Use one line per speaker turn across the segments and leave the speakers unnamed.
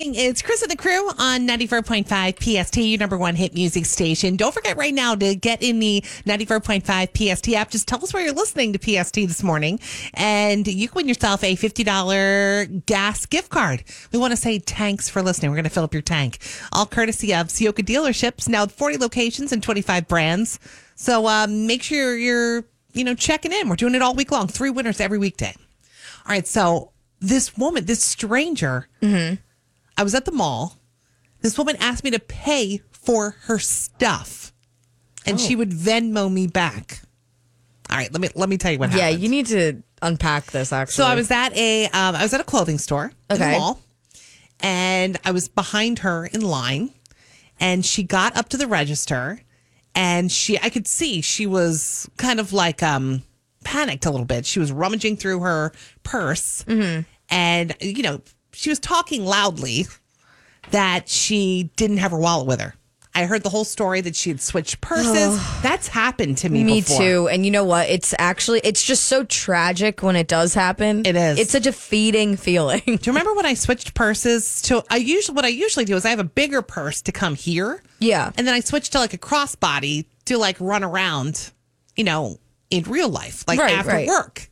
It's Chris of the Crew on 94.5 PST, your number one hit music station. Don't forget right now to get in the 94.5 PST app. Just tell us where you're listening to PST this morning, and you can win yourself a $50 gas gift card. We want to say thanks for listening. We're going to fill up your tank. All courtesy of Sioka Dealerships, now 40 locations and 25 brands. So um, make sure you're, you know, checking in. We're doing it all week long. Three winners every weekday. All right, so this woman, this stranger, I was at the mall. This woman asked me to pay for her stuff, and
Oh.
she would Venmo me back. All right, let me let me tell you what
Yeah,
happened.
you need to unpack this actually.
So I was at a um, I was at a clothing store in
Okay.
the mall, and I was behind her in line, and she got up to the register, and she I could see she was kind of like um panicked a little bit. She was rummaging through her purse,
Mm-hmm.
and you know she was talking loudly that she didn't have her wallet with her. I heard the whole story that she had switched purses. That's happened to me.
Me
before.
too. And you know what? It's actually it's just so tragic when it does happen.
It is.
It's a defeating feeling.
Do you remember when I switched purses to I usually what I usually do is I have a bigger purse to come here.
Yeah.
And then I switch to like a crossbody to like run around, you know, in real life, like
Right,
after
right.
work.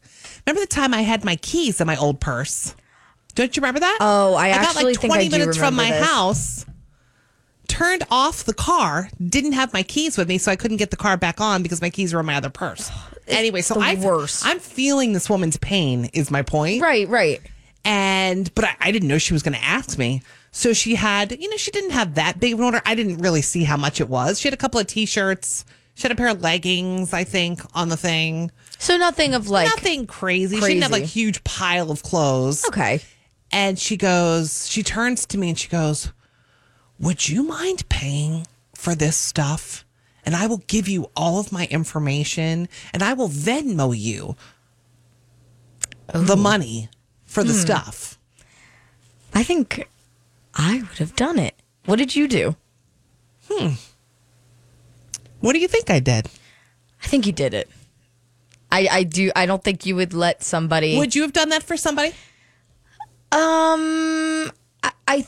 Remember the time I had my keys in my old purse? Don't you remember that?
Oh, I
got
actually
like
think I
20
do
minutes from my
remember this.
house, turned off the car, didn't have my keys with me, so I couldn't get the car back on because my keys were in my other purse. Anyway, so
the
I
worst.
I'm feeling this woman's pain is my point
right, right.
and but I, I didn't know she was going to ask me. So she had, you know, she didn't have that big of an order. I didn't really see how much it was. She had a couple of t-shirts. She had a pair of leggings, I think, on the thing.
So nothing of like
Nothing crazy. She didn't have like
crazy.
huge pile of clothes.
Okay.
And she goes, she turns to me and she goes, "Would you mind paying for this stuff? And I will give you all of my information, and I will Venmo you the money for
Hmm.
the stuff."
I think I would have done it. What did you do?
What do you think I did?
I think you did it. I, I do I don't think you would let somebody
Would you have done that for somebody?
um I, I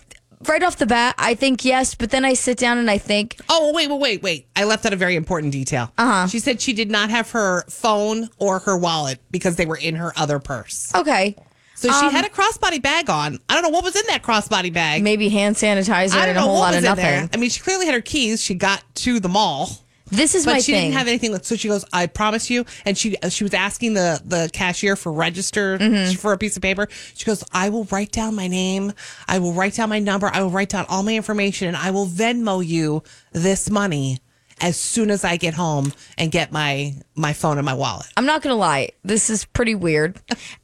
right off the bat I think yes, but then I sit down and I think
Oh, wait, wait, wait, wait. I left out a very important detail. Uh-huh. She said she did not have her phone or her wallet because they were in her other purse.
okay,
So she had a crossbody bag on. I don't know what was in that crossbody bag.
Um, maybe hand sanitizer
I don't
and a
know
whole
what
lot
was
of
in there.
nothing.
I mean, she clearly had her keys. She got to the mall,
This is
but
my
she
thing.
didn't have anything. with- So she goes, "I promise you." And she uh, she was asking the the cashier for register
Mm-hmm.
for a piece of paper. She goes, "I will write down my name. I will write down my number. I will write down all my information, and I will Venmo you this money as soon as I get home and get my my phone and my wallet."
I'm not gonna lie, this is pretty weird,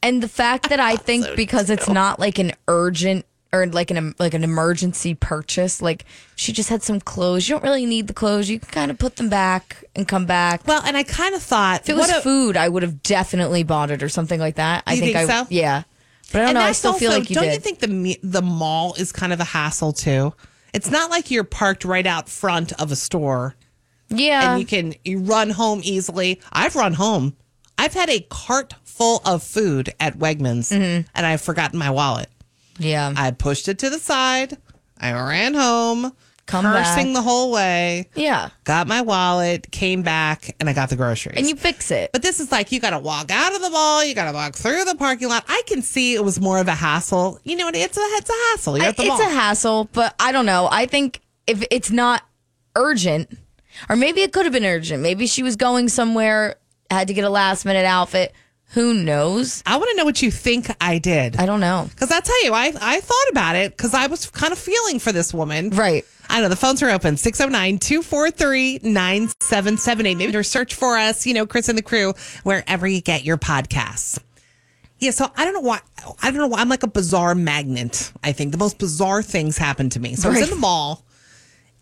and the fact that I think because it's not like an urgent or like an like an emergency purchase, like she just had some clothes. You don't really need the clothes. You can kind of put them back and come back.
Well, and I kind of thought
If it was food, I would have definitely bought it or something like that. I
You
think,
think
I
so?
yeah, but I don't
and
know. I
that's
still feel
also-
like you
don't
did.
you think the me- the mall is kind of a hassle too? It's not like you're parked right out front of a store
yeah,
and you can you run home easily. I've run home. I've had a cart full of food at Wegmans
Mm-hmm.
and I've forgotten my wallet.
yeah.
I pushed it to the side. I ran home,
Come
cursing
back.
the whole way.
yeah,
Got my wallet, came back, and I got the groceries.
and you fix it.
But this is like you got to walk out of the mall, you got to walk through the parking lot. I can see it was more of a hassle. You know, what? it's a it's a hassle. You're
I-
at the
it's
mall.
a hassle, but I don't know. I think if it's not urgent, or maybe it could have been urgent. Maybe she was going somewhere, had to get a last minute outfit. Who knows?
I want to know what you think I did.
I don't know.
Because I tell you, I, I thought about it because I was kind of feeling for this woman.
Right.
I know the phones are open 609 243 9778. Maybe or search for us, you know, Chris and the crew, wherever you get your podcasts. Yeah, so I don't know why. I don't know why. I'm like a bizarre magnet, I think. The most bizarre things happen to me. So I was in
Right.
the mall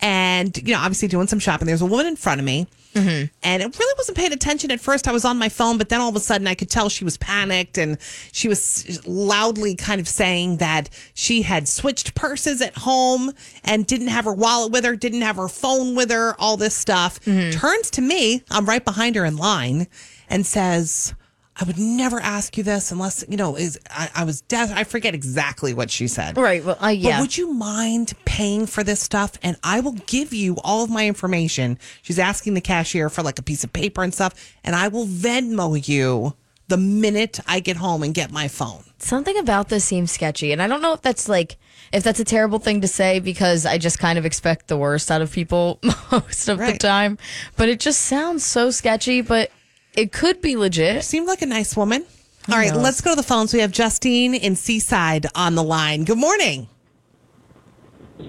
and, you know, obviously doing some shopping. There's a woman in front of me. And it really wasn't paying attention at first. I was on my phone, but then all of a sudden I could tell she was panicked and she was loudly kind of saying that she had switched purses at home and didn't have her wallet with her, didn't have her phone with her, all this stuff. Turns to me, I'm right behind her in line, and says, I would never ask you this unless, you know, is I, I was death. I forget exactly what she said.
Right. Well, uh, yeah.
But would you mind paying for this stuff? And I will give you all of my information. She's asking the cashier for like a piece of paper and stuff, and I will Venmo you the minute I get home and get my phone.
Something about this seems sketchy, and I don't know if that's like if that's a terrible thing to say because I just kind of expect the worst out of people most of the
Right.
time. But it just sounds so sketchy. But it could be legit.
Seemed like a nice woman. All right,
knows?
let's go to the phones. We have Justine in Seaside on the line. Good morning.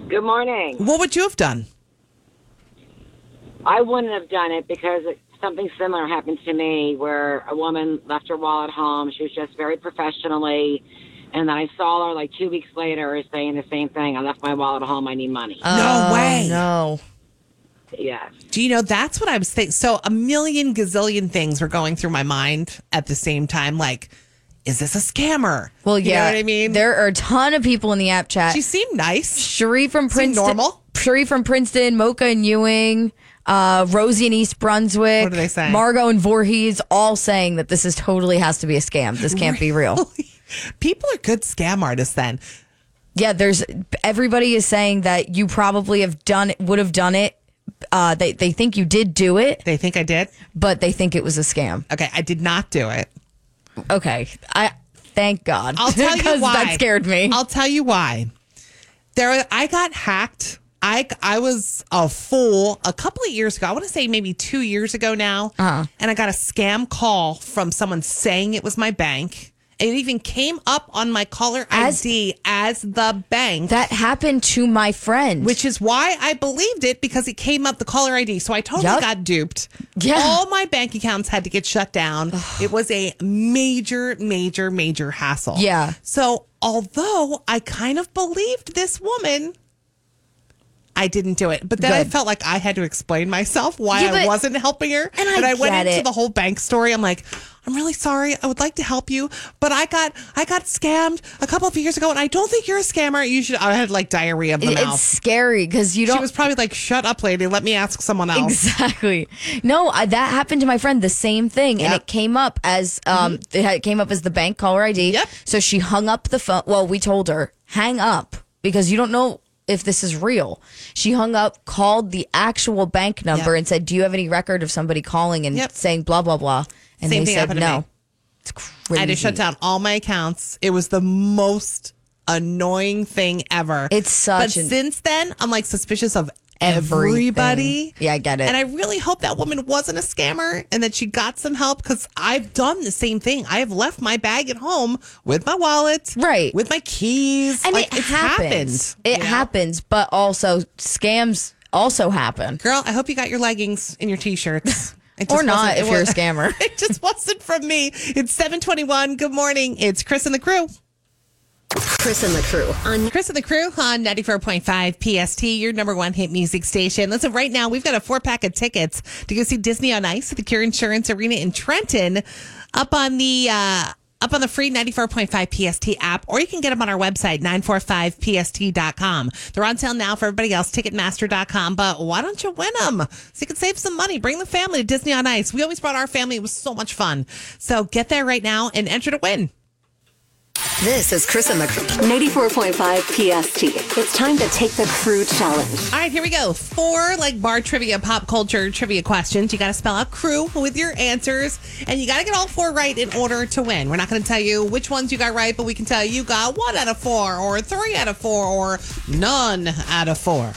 Good morning.
What would you have done?
I wouldn't have done it because it, something similar happened to me where a woman left her wallet home. She was just very professionally. And then I saw her like two weeks later saying the same thing. I left my wallet home. I need money.
no way.
Uh, No.
yes.
Do you know that's what I was thinking? So a million gazillion things were going through my mind at the same time. Like, is this a scammer?
Well,
You know
yeah.
what I mean?
there are a ton of people in the app chat.
she seemed nice.
Cherie from Princeton.
normal?
Cherie from Princeton, Mocha and Ewing, uh, Rosie in East Brunswick.
What are they saying?
Margot and Voorhees all saying that this is totally has to be a scam. This can't be real.
People are good scam artists then.
Yeah, there's everybody is saying that you probably have done would have done it. Uh, they they think you did do it,
They think I did.
but they think it was a scam.
Okay, I did not do it.
Okay, I thank God.
I'll tell you
'Cause
why.
that scared me.
I'll tell you why. There, I got hacked. I I was a fool a couple of years ago. I want to say maybe two years ago now.
Uh-huh.
And I got a scam call from someone saying it was my bank. It even came up on my caller
As-
ID as the bank.
that happened to my friend.
which is why I believed it because it came up the caller ID. So I totally
Yup.
got duped.
Yeah.
All my bank accounts had to get shut down. it was a major, major, major hassle.
Yeah.
So although I kind of believed this woman, I didn't do it. But then I
Good.
felt like I had to explain myself why
Yeah,
I
but-
wasn't helping her.
And I
went
get
into
it.
the whole bank story. I'm like, I'm really sorry. I would like to help you, but I got I got scammed a couple of years ago, and I don't think you're a scammer. You should. I had like diarrhea of the
It-
mouth.
it's scary because you don't.
She was probably like, "Shut up, lady. Let me ask someone else."
Exactly. No, I, that happened to my friend. The same thing, and
Yep.
it came up as um, it had- it came up as the bank caller ID.
Mm-hmm. Yep.
So she hung up the phone. Well, we told her hang up because you don't know if this is real. She hung up, called the actual bank number,
Yep.
and said, "Do you have any record of somebody calling and
Yep.
saying blah blah blah?" And
Same
they
thing
said
happened to
no.
me.
It's crazy.
I had to shut down all my accounts. It was the most annoying thing ever.
It's such
But
an-
since then, I'm like suspicious of
Everything.
everybody.
Yeah, I get it.
And I really hope that woman wasn't a scammer and that she got some help because I've done the same thing. I have left my bag at home with my wallet,
Right.
with my keys,
And
Like,
it
it's
happens.
happened,
It
you know?
happens, but also scams also happen.
Girl, I hope you got your leggings and your t-shirts. It just
Or not
wasn't- it
if you're a
wa-
scammer.
it just wasn't from me. It's 721. Good morning. It's Chris and the crew.
Chris and the crew on
Um, Chris and the crew on 94.5 PST, your number one hit music station. Listen, right now we've got a four pack of tickets to go see Disney on Ice at the Cure Insurance Arena in Trenton up on the, uh, up on the free 94.5 PST app, or you can get them on our website, 945PST.com. They're on sale now for everybody else, Ticketmaster.com. But why don't you win them? So you can save some money. Bring the family to Disney on Ice. We always brought our family. It was so much fun. So get there right now and enter to win.
This is Chris and the crew. 94.5 PST. It's time to take the crew challenge.
All right, here we go. Four like bar trivia, pop culture trivia questions. You got to spell out crew with your answers, and you got to get all four right in order to win. We're not going to tell you which ones you got right, but we can tell you you got one out of four, or three out of four, or none out of four.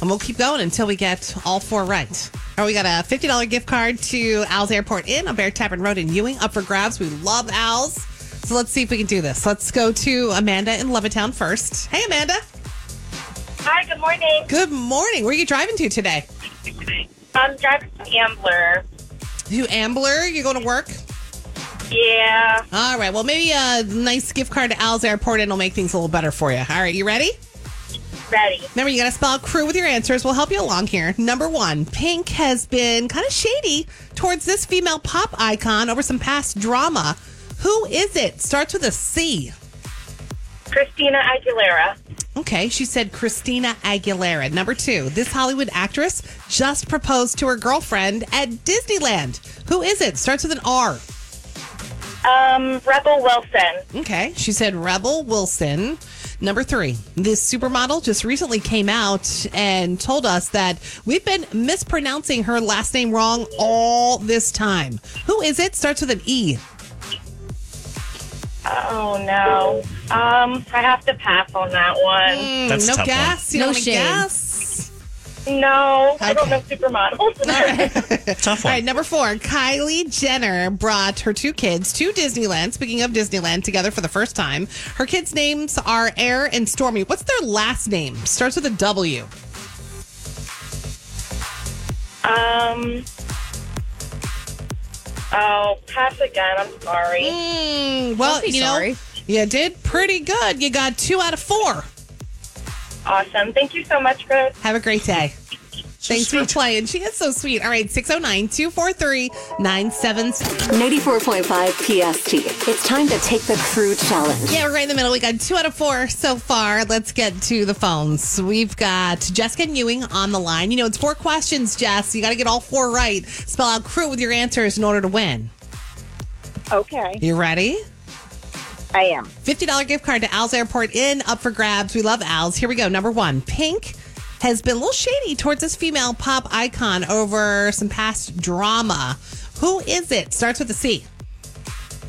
And we'll keep going until we get all four right. All right, we got a $50 gift card to Al's Airport Inn on Bear Tavern Road in Ewing, up for grabs. We love Al's. So let's see if we can do this. Let's go to Amanda in Levittown first. Hey, Amanda.
Hi, good morning.
Good morning. Where are you driving to today?
I'm driving to Ambler.
You Ambler, you're going to work?
Yeah.
All right. Well, maybe a nice gift card to Al's Airport and it'll make things a little better for you. All right. You ready?
Ready.
Remember, you got to spell out crew with your answers. We'll help you along here. Number one, Pink has been kind of shady towards this female pop icon over some past drama. Who is it? Starts with a C.
Christina Aguilera.
Okay, she said Christina Aguilera. Number two, this Hollywood actress just proposed to her girlfriend at Disneyland. Who is it? Starts with an R.
Um, Rebel Wilson.
Okay. She said Rebel Wilson. Number three, this supermodel just recently came out and told us that we've been mispronouncing her last name wrong all this time. Who is it? Starts with an E.
Oh no. Um, I have to pass on that one.
Mm,
That's a
no
tough one.
gas. You
No
don't wanna
shame.
guess.
No, I don't know supermodels.
Tough
All
one.
right, number four, Kylie Jenner brought her two kids to Disneyland. Speaking of Disneyland, together for the first time. Her kids' names are Air and Stormy. What's their last name? Starts with a W.
um. Oh, pass again. I'm sorry.
Mm, well,
Don't be
you know,
sorry.
you did pretty good. You got two out of four.
Awesome. Thank you so much for
Have a great day. Thanks for playing. She is so sweet. All right, 609 243 97.
94.5 PST. It's time to take the crude challenge.
Yeah, we're right in the middle. We got two out of four so far. Let's get to the phones. We've got Jessica and Ewing on the line. You know, it's four questions, Jess. You got to get all four right. Spell out crew with your answers in order to win.
Okay,
You ready?
I am.
$50 gift card to Al's Airport Inn up for grabs. We love Al's. Here we go. Number one, Pink has been a little shady towards this female pop icon over some past drama. Who is it? Starts with a C.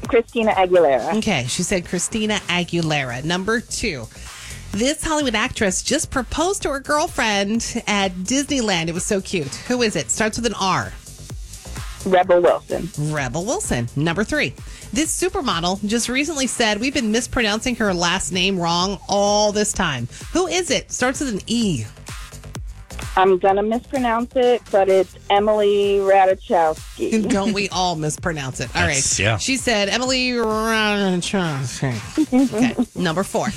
Christina Aguilera.
Okay, she said Christina Aguilera. Number two. This Hollywood actress just proposed to her girlfriend at Disneyland. It was so cute. Who is it? Starts with an R.
Rebel Wilson.
Rebel Wilson. Number three. This supermodel just recently said we've been mispronouncing her last name wrong all this time. Who is it? Starts with an E.
I'm gonna mispronounce it, but it's Emily Ratajkowski.
Don't we all mispronounce it? All right.
That's- yeah.
She said Emily Ratajkowski. Okay. Number four.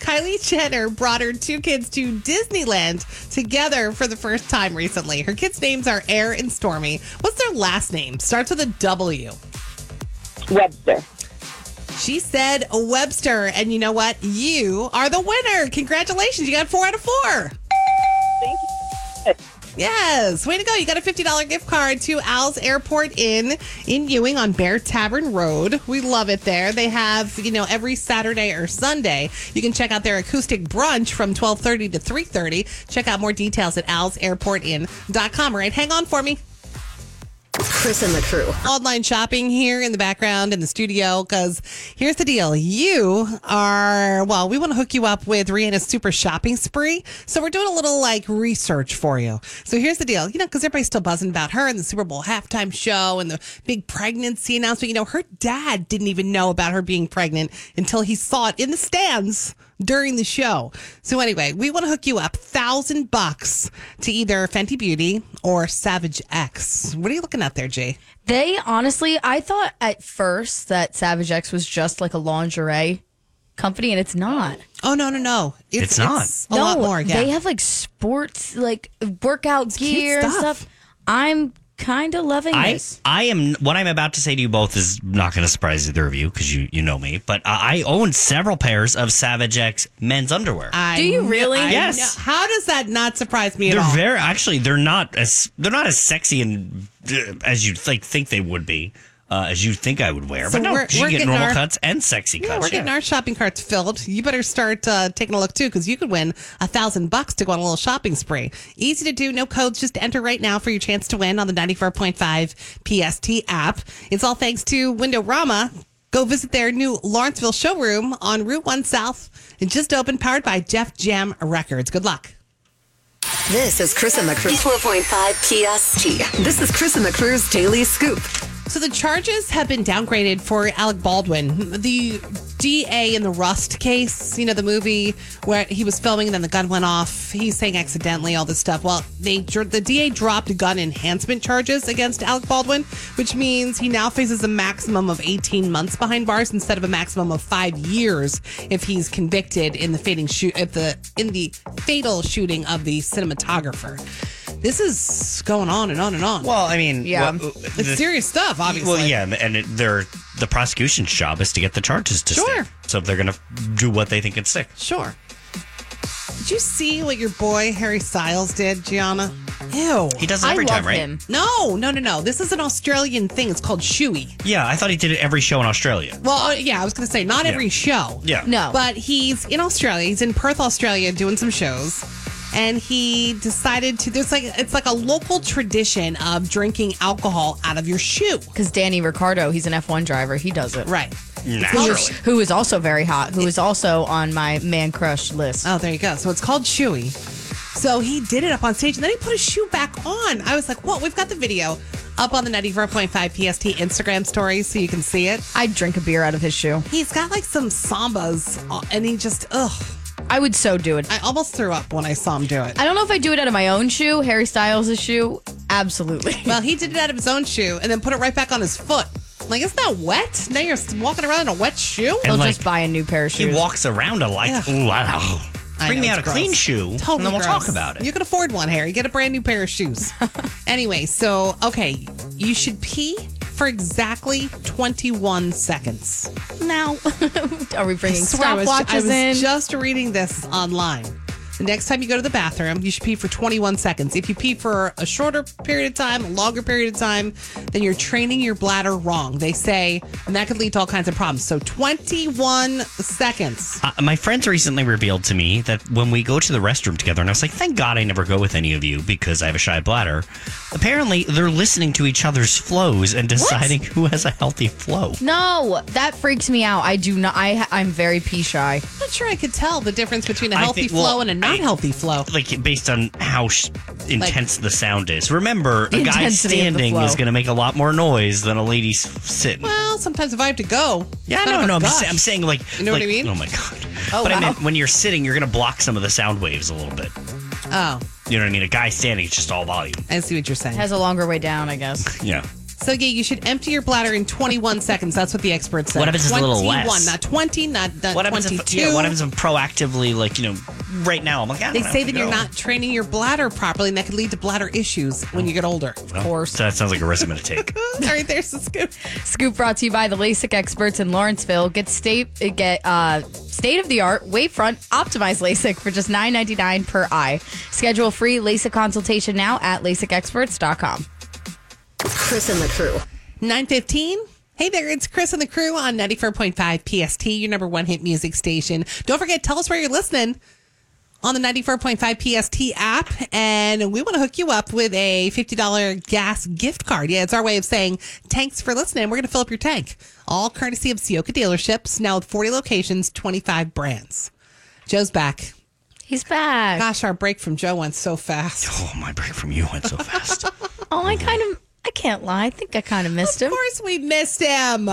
Kylie Jenner brought her two kids to Disneyland together for the first time recently. Her kids' names are Air and Stormy. What's their last name? Starts with a W.
Webster.
She said Webster. And you know what? You are the winner. Congratulations. You got four out of four.
Thank you.
Yes, way to go. You got a $50 gift card to Al's Airport Inn in Ewing on Bear Tavern Road. We love it there. They have, you know, every Saturday or Sunday. You can check out their acoustic brunch from 1230 to 330. Check out more details at alsairportinn.com. All right, hang on for me
Chris and the crew.
online shopping here in the background in the studio because here's the deal. You are, well, we want to hook you up with Rihanna's super shopping spree. So we're doing a little like research for you. So here's the deal, you know, because everybody's still buzzing about her and the Super Bowl halftime show and the big pregnancy announcement. You know, her dad didn't even know about her being pregnant until he saw it in the stands during the show. So anyway, we want to hook you up thousand bucks to either Fenty Beauty or Savage X. What are you looking at there, Jay?
They honestly, I thought at first that Savage X was just like a lingerie company, and it's not.
Oh no no no!
It's not.
a lot more. Yeah.
they have like sports, like workout
cute
gear and
stuff.
stuff. I'm kind of loving
I,
this.
I am what I'm about to say to you both is not going to surprise either of you because you, you know me. But uh, I own several pairs of Savage X men's underwear.
I
Do you
kn-
really?
I
Yes.
kn- How does that not surprise me
they're
at all?
very actually they're not as they're not as sexy and uh, as you think think they would be uh, as you think I would wear.
So
but no,
we're-
you
we're
get
getting
normal
our-
cuts and sexy
yeah,
cuts.
we're getting
yeah.
our shopping carts filled. You better start uh, taking a look too, because you could win a thousand bucks to go on a little shopping spree. Easy to do, no codes. Just enter right now for your chance to win on the ninety-four point five PST app. It's all thanks to Windorama. Go visit their new Lawrenceville showroom on Route One South. It just opened, powered by Jeff Jam Records. Good luck.
This is Chris and the crew. 94.5 PST. This is Chris and the crew's daily scoop.
So the charges have been downgraded for Alec Baldwin. The DA in the Rust case, you know, the movie where he was filming and then the gun went off. He's saying accidentally all this stuff. Well, they dr- the DA dropped gun enhancement charges against Alec Baldwin, which means he now faces a maximum of 18 months behind bars instead of a maximum of 5 years if he's convicted in the fating shoot at the in the fatal shooting of the cinematographer. This is going on and on and on.
well, I mean,
Yeah.
well, uh,
it's
the-
serious stuff, obviously.
Well, yeah, and- and it, they're the prosecution's job is to get the charges to
Sure.
stick. So they're going to do what they think is sick.
Sure. Did you see what your boy Harry Styles did, Gianna? Ew.
He does it
I
every
love
time, right?
him.
No, no, no, no. This is an Australian thing. It's called shoey.
Yeah, I thought he did it every show in Australia.
Well, uh, yeah, I was going to say not every show.
Yeah.
No.
But he's in Australia. He's in Perth, Australia, doing some shows. And he decided to there's like it's like a local tradition of drinking alcohol out of your shoe.
Because Danny Ricardo, he's an F1 driver. He does it.
Right.
Who
Naturally.
is, who is also very hot, who is also on my man crush list.
Oh, there you go. So it's called shoey. So he did it up on stage and then he put his shoe back on. I was like, what? We've got the video up on the 94.5 PST Instagram story so you can see it.
I'd drink a beer out of his shoe.
He's got like some sambas on- and he just, ugh.
I would so do it.
I almost threw up when I saw him do it.
I don't know if I do it out of my own shoe, Harry Styles' shoe. Absolutely.
Well, he did it out of his own shoe and then put it right back on his foot. Like, isn't that wet? Now you're walking around in a wet shoe?
He'll
And like,
just buy a new pair of
he
shoes.
walks around a like,
Yeah.
ooh, wow.
I
Bring
know,
me out a
it's gross.
clean shoe,
Totally
and then we'll
gross.
talk about it.
You can afford one, Harry. Get a brand new pair of shoes. anyway, so, okay, you should pee for exactly 21 seconds.
now, are we bringing
swear I was- I was,
stopwatches in?
just reading this online. The next time you go to the bathroom, you should pee for 21 seconds. If you pee for a shorter period of time, a longer period of time, then you're training your bladder wrong. They say, and that could lead to all kinds of problems. So 21 seconds.
Uh, my friends recently revealed to me that when we go to the restroom together, and I was like, thank God I never go with any of you because I have a shy bladder. Apparently, they're listening to each other's flows and deciding who has a healthy flow.
no, that freaks me out. I do not. I I'm very pee shy.
I'm not sure I could tell the difference between a
I
healthy
think-
flow
well,
and a not
I-
healthy flow.
Like, based on how sh- intense the sound is. Remember,
The
a guy
intensity of the
standing
flow.
is going to make a lot more noise than a lady s- sitting.
Well, sometimes if I have to go.
yeah,
son
no,
of a
no. I'm,
Oh gosh.
sa- I'm saying, like,
You know what
like-
I mean?
Oh, my God.
Oh,
but I
wow.
meant when you're sitting, you're going to block some of the sound waves a little bit.
Oh,
You know what I mean? A guy standing is just all volume.
I see what you're saying.
Has a longer way down, I guess.
Yeah.
So yeah, you should empty your bladder in 21 seconds. That's what the experts say.
What if it's a little
21,
less?
not 20, not, not
What happens
22.
if yeah, what happens if I'm proactively like, you know, right now I'm like, I don't
they
know,
say
if
that
I
you're
go.
not training your bladder properly, and that could lead to bladder issues when you get older.
Well, Oh, so that sounds like a risk I'm gonna take.
All right, there's the scoop.
Scoop brought to you by the LASIK experts in Lawrenceville. Get state get uh, state of the art wavefront optimized LASIK for just nine ninety nine per eye. Schedule free LASIK consultation now at LASIKexperts.com.
Chris and the crew.
915. Hey there, it's Chris and the crew on 94.5 PST, your number one hit music station. Don't forget, tell us where you're listening on the 94.5 PST app, and we want to hook you up with a $50 gas gift card. Yeah, it's our way of saying thanks for listening. We're going to fill up your tank, all courtesy of Sioka dealerships, now with 40 locations, 25 brands. Joe's back.
He's back.
Gosh, our break from Joe went so fast.
oh, my break from you went so fast.
Oh, I kind of I can't lie. I think I kind of missed him.
Of course, we missed him.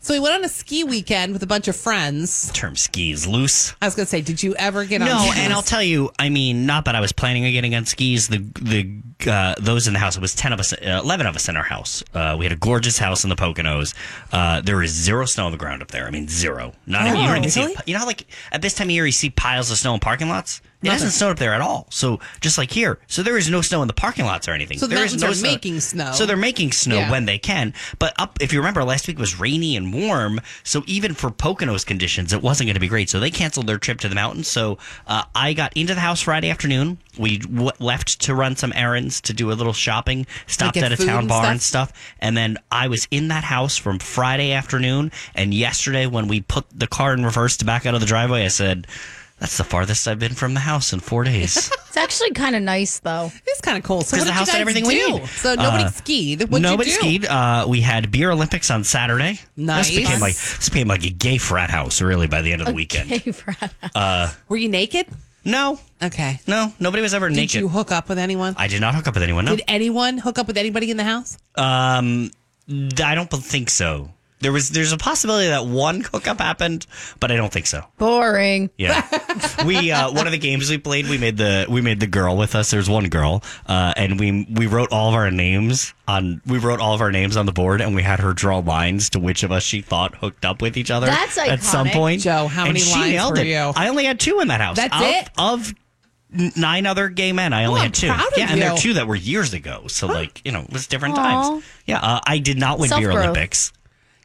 so we went on a ski weekend with a bunch of friends.
Term skis loose.
I was gonna say, did you ever get on?
No,
skis?
and I'll tell you, I mean, not that I was planning on getting on skis. The the uh, those in the house, it was ten of us, uh, eleven of us in our house. Uh, we had a gorgeous house in the Poconos. Uh, there is zero snow on the ground up there. I mean, zero. Not even you don't even see.
Oh, really?
A, you know, how, like at this time of year, you see piles of snow in parking lots. It hasn't snowed up there at all. So just like here, so there is no snow in the parking lots or anything.
So the
there is
mountains
no
are making snow.
So they're making snow
Yeah.
when they can. But up, if you remember, last week was rainy and warm. So even for Poconos conditions, it wasn't going to be great. So they canceled their trip to the mountains. So uh, I got into the house Friday afternoon. We w- left to run some errands to do a little shopping. Stopped
get
at a
food
town
and
bar
stuff?
and stuff. And then I was in that house from Friday afternoon. And yesterday, when we put the car in reverse to back out of the driveway, I said, "That's the farthest I've been from the house in four days."
It's actually kind of nice though.
it's kind of cool. So
'Cause
what
the
did
house
you
had
guys
everything
do?
we needed.
So nobody
Uh,
skied. What
Nobody
you do?
skied. Uh, we had beer Olympics on Saturday.
Nice.
This became like this became like a gay frat house really by the end of the weekend.
Hey, Brad.
Were you naked?
No,
Okay.
no, nobody was ever
Did
naked.
you hook up with anyone?
I did not hook up with anyone. No,
Did anyone hook up with anybody in the house?
I don't think so. There was there's a possibility that one hookup happened, but I don't think so.
Boring.
Yeah, we uh, one of the games we played, we made the we made the girl with us. There's one girl, uh, and we we wrote all of our names on we wrote all of our names on the board, and we had her draw lines to which of us she thought hooked up with each other.
That's
at some
iconic.
point.
Joe, how
And
many
she
lines
nailed
were
it.
you?
I only had two in that house.
That's
Of-
it? Oh,
of. n- Nine other gay men. I only
I'm
had two.
proud of
yeah, and there
you.
are two that were years ago. So, like, you know, it was different
Aw.
times. Yeah, uh, I did not win Beer
Self-growth.
Olympics.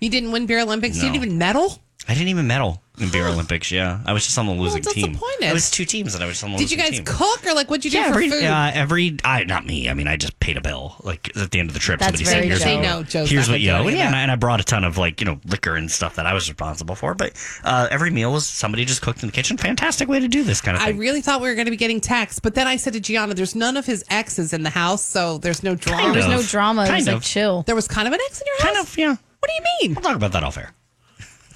You didn't win beer Olympics. You
No.
didn't even medal.
I didn't even medal. in beer Olympics. Yeah, I was just on the losing
that's
team.
disappointed.
It was two teams, and I was just on the
Did you
losing
guys
team.
cook or like what'd you do
Yeah,
for
every,
food?
uh, every I not me. I mean, I just paid a bill. Like at the end of the trip,
That's
somebody
very
said, "Here's
Joe.
what
They
you
know
owe."
Joe's
Here's
not
what you
gonna do
owe.
any
Yeah,
of
and
that.
I, and I brought a ton of like you know liquor and stuff that I was responsible for. But uh, every meal was somebody just cooked in the kitchen. Fantastic way to do this kind of
I
thing.
really thought we were going to be getting texts, but then I said to Gianna, there's none of his exes in the house, so there's no drama.
Kind
There's
of.
no drama. It
Kind
was like
of.
chill.
There was kind of an ex in your
kind
house?
of, yeah.
What do you mean?
We'll talk about that off air.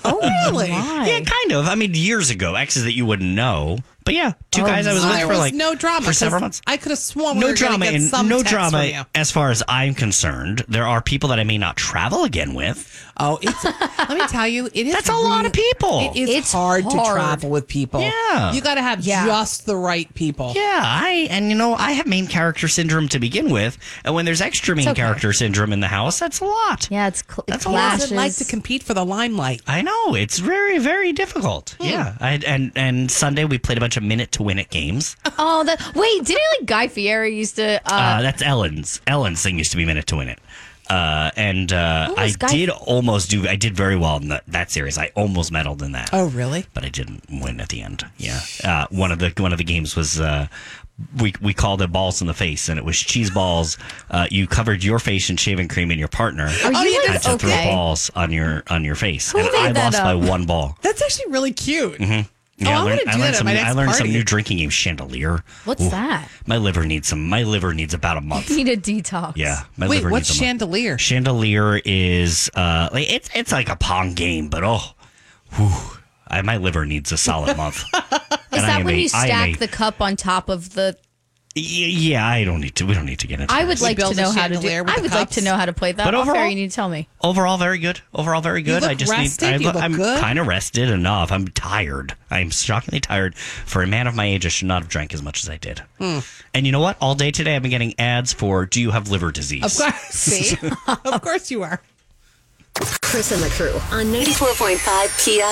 Oh, really?
Why?
Yeah, kind of. I mean, years ago, exes that you wouldn't know. But yeah, two guys I was
There
with for
Oh was
like
no drama
for several
'cause
months.
I could have sworn we
no
were
drama
going to get
and
some
no
text from you.
drama as far as I'm concerned. There are people that I may not travel again with.
Oh, it's, let me tell you, it is.
That's a lot of people.
It is
It's
hard, to
hard.
travel with people.
Yeah.
you got to have
Yeah.
just the right people.
Yeah, I and you know I have main character syndrome to begin with, and when there's extra main
okay.
character syndrome in the house, that's a lot.
Yeah, it's cl- it
That's a lot.
What
clashes.
does it like to compete for the limelight?
I know it's very very difficult.
Hmm.
Yeah, I, and and Sunday we played a bunch of minute to win it games.
oh, that wait, didn't like Guy Fieri used to? Uh,
Uh, that's Ellen's. Ellen's thing used to be minute to win it. Uh, and uh,
What
I
was Guy-
did almost do. I did very well in that, that series. I almost medaled in that.
Oh, really?
but I didn't win at the end. Yeah, uh, one of the one of the games was uh, we we called it balls in the face, and it was cheese balls. Uh, you covered your face in shaving cream, and your partner
are
oh,
you
yeah,
had
like
to throw
okay?
balls on your on your face, and
made
I
that
lost by
up?
one ball.
That's actually really cute.
Mm-hmm.
Oh,
Yeah,
I
I
wanna
learned, I
Oh, do
learned
that at
some.
my
new-
next
I learned some
party.
new drinking game, chandelier.
What's that?
My liver needs some. My liver needs about a month.
You need a detox.
Yeah, my
Wait,
liver
what's
needs a month.
chandelier?
Chandelier is uh, like it's it's like a pong game, but oh, whew, I, my liver needs a solid month.
Is that when you
I am
stack
a-
the cup on top of the?
Y- Yeah, I don't need to. We don't need to get into.
I would
this.
like to
build a
know how to do.
chandelier with
I
the
would like
cups.
to know how to play that.
But
Off air,
overall-
you need to tell me.
Overall, very good. Overall, very good.
look
I just
rested.
need. I
You look
I'm
good.
kind of rested enough. I'm tired. I'm shockingly tired for a man of my age. I should not have drank as much as I did.
Hmm.
And you know what? All day today, I've been getting ads for "Do you have liver disease?"
Of course, see, of course you are.
Chris and the crew on 94.5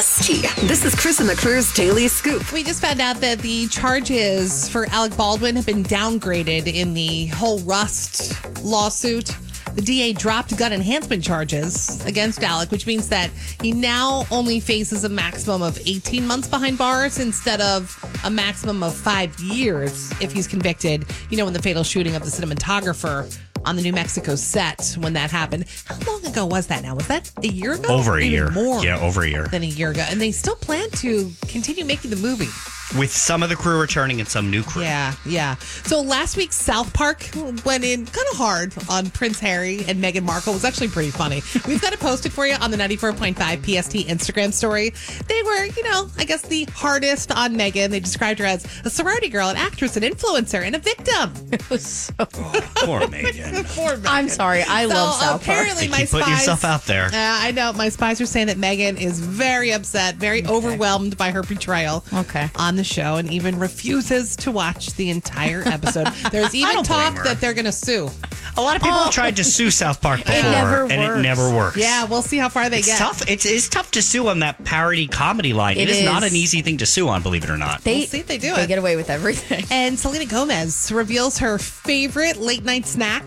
PST. This is Chris and the crew's daily scoop.
We just found out that the charges for Alec Baldwin have been downgraded in the whole Rust lawsuit. The DA dropped gun enhancement charges against Alec, which means that he now only faces a maximum of 18 months behind bars instead of a maximum of five years if he's convicted, you know, in the fatal shooting of the cinematographer on the New Mexico set when that happened. How long ago was that now? Was that a year ago?
Over a
Even
year.
More
Yeah, over a year.
than a year ago. And they still plan to continue making the movie.
With some of the crew returning and some new crew.
Yeah, yeah. So last week, South Park went in kind of hard on Prince Harry and Meghan Markle. It was actually pretty funny. We've got it posted for you on the 94.5 PST Instagram story. They were, you know, I guess the hardest on Meghan. They described her as a sorority girl, an actress, an influencer, and a victim.
Poor Megan.
I'm sorry. I love
so
South Park.
apparently my
Keep putting
spies-
yourself out there.
Yeah, Uh, I know. My spies are saying that Megan is very upset, very overwhelmed by her portrayal
Okay.
on the show, and even refuses to watch the entire episode. There's even
don't blame
talk
her.
that they're going to sue.
A lot of people
Oh.
have tried to sue South Park before,
never
and it
works.
never works.
Yeah, we'll see how far they
It's
get.
tough. It's, it's tough to sue on that parody comedy line.
It
it is, not
is.
an easy thing to sue on, believe it or not.
They
We'll see if they do
They
it.
get away with everything.
And Selena Gomez reveals her favorite late night snack.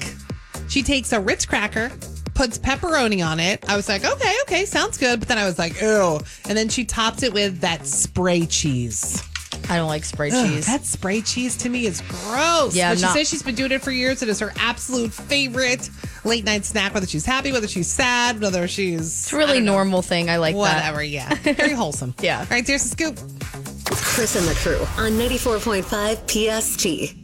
She takes a Ritz cracker, puts pepperoni on it. I was like, okay, okay, sounds good. But then I was like, ew. And then she topped it with that spray cheese.
I don't like spray
Ugh,
cheese.
that spray cheese to me is gross.
Yeah,
but she
not-
says she's been doing it for years. It is her absolute favorite late night snack. Whether she's happy, whether she's sad, whether she's
It's a really normal thing. I like that.
whatever. Yeah, very wholesome.
Yeah.
All right, there's the scoop.
Chris and the crew on 94.5 PST.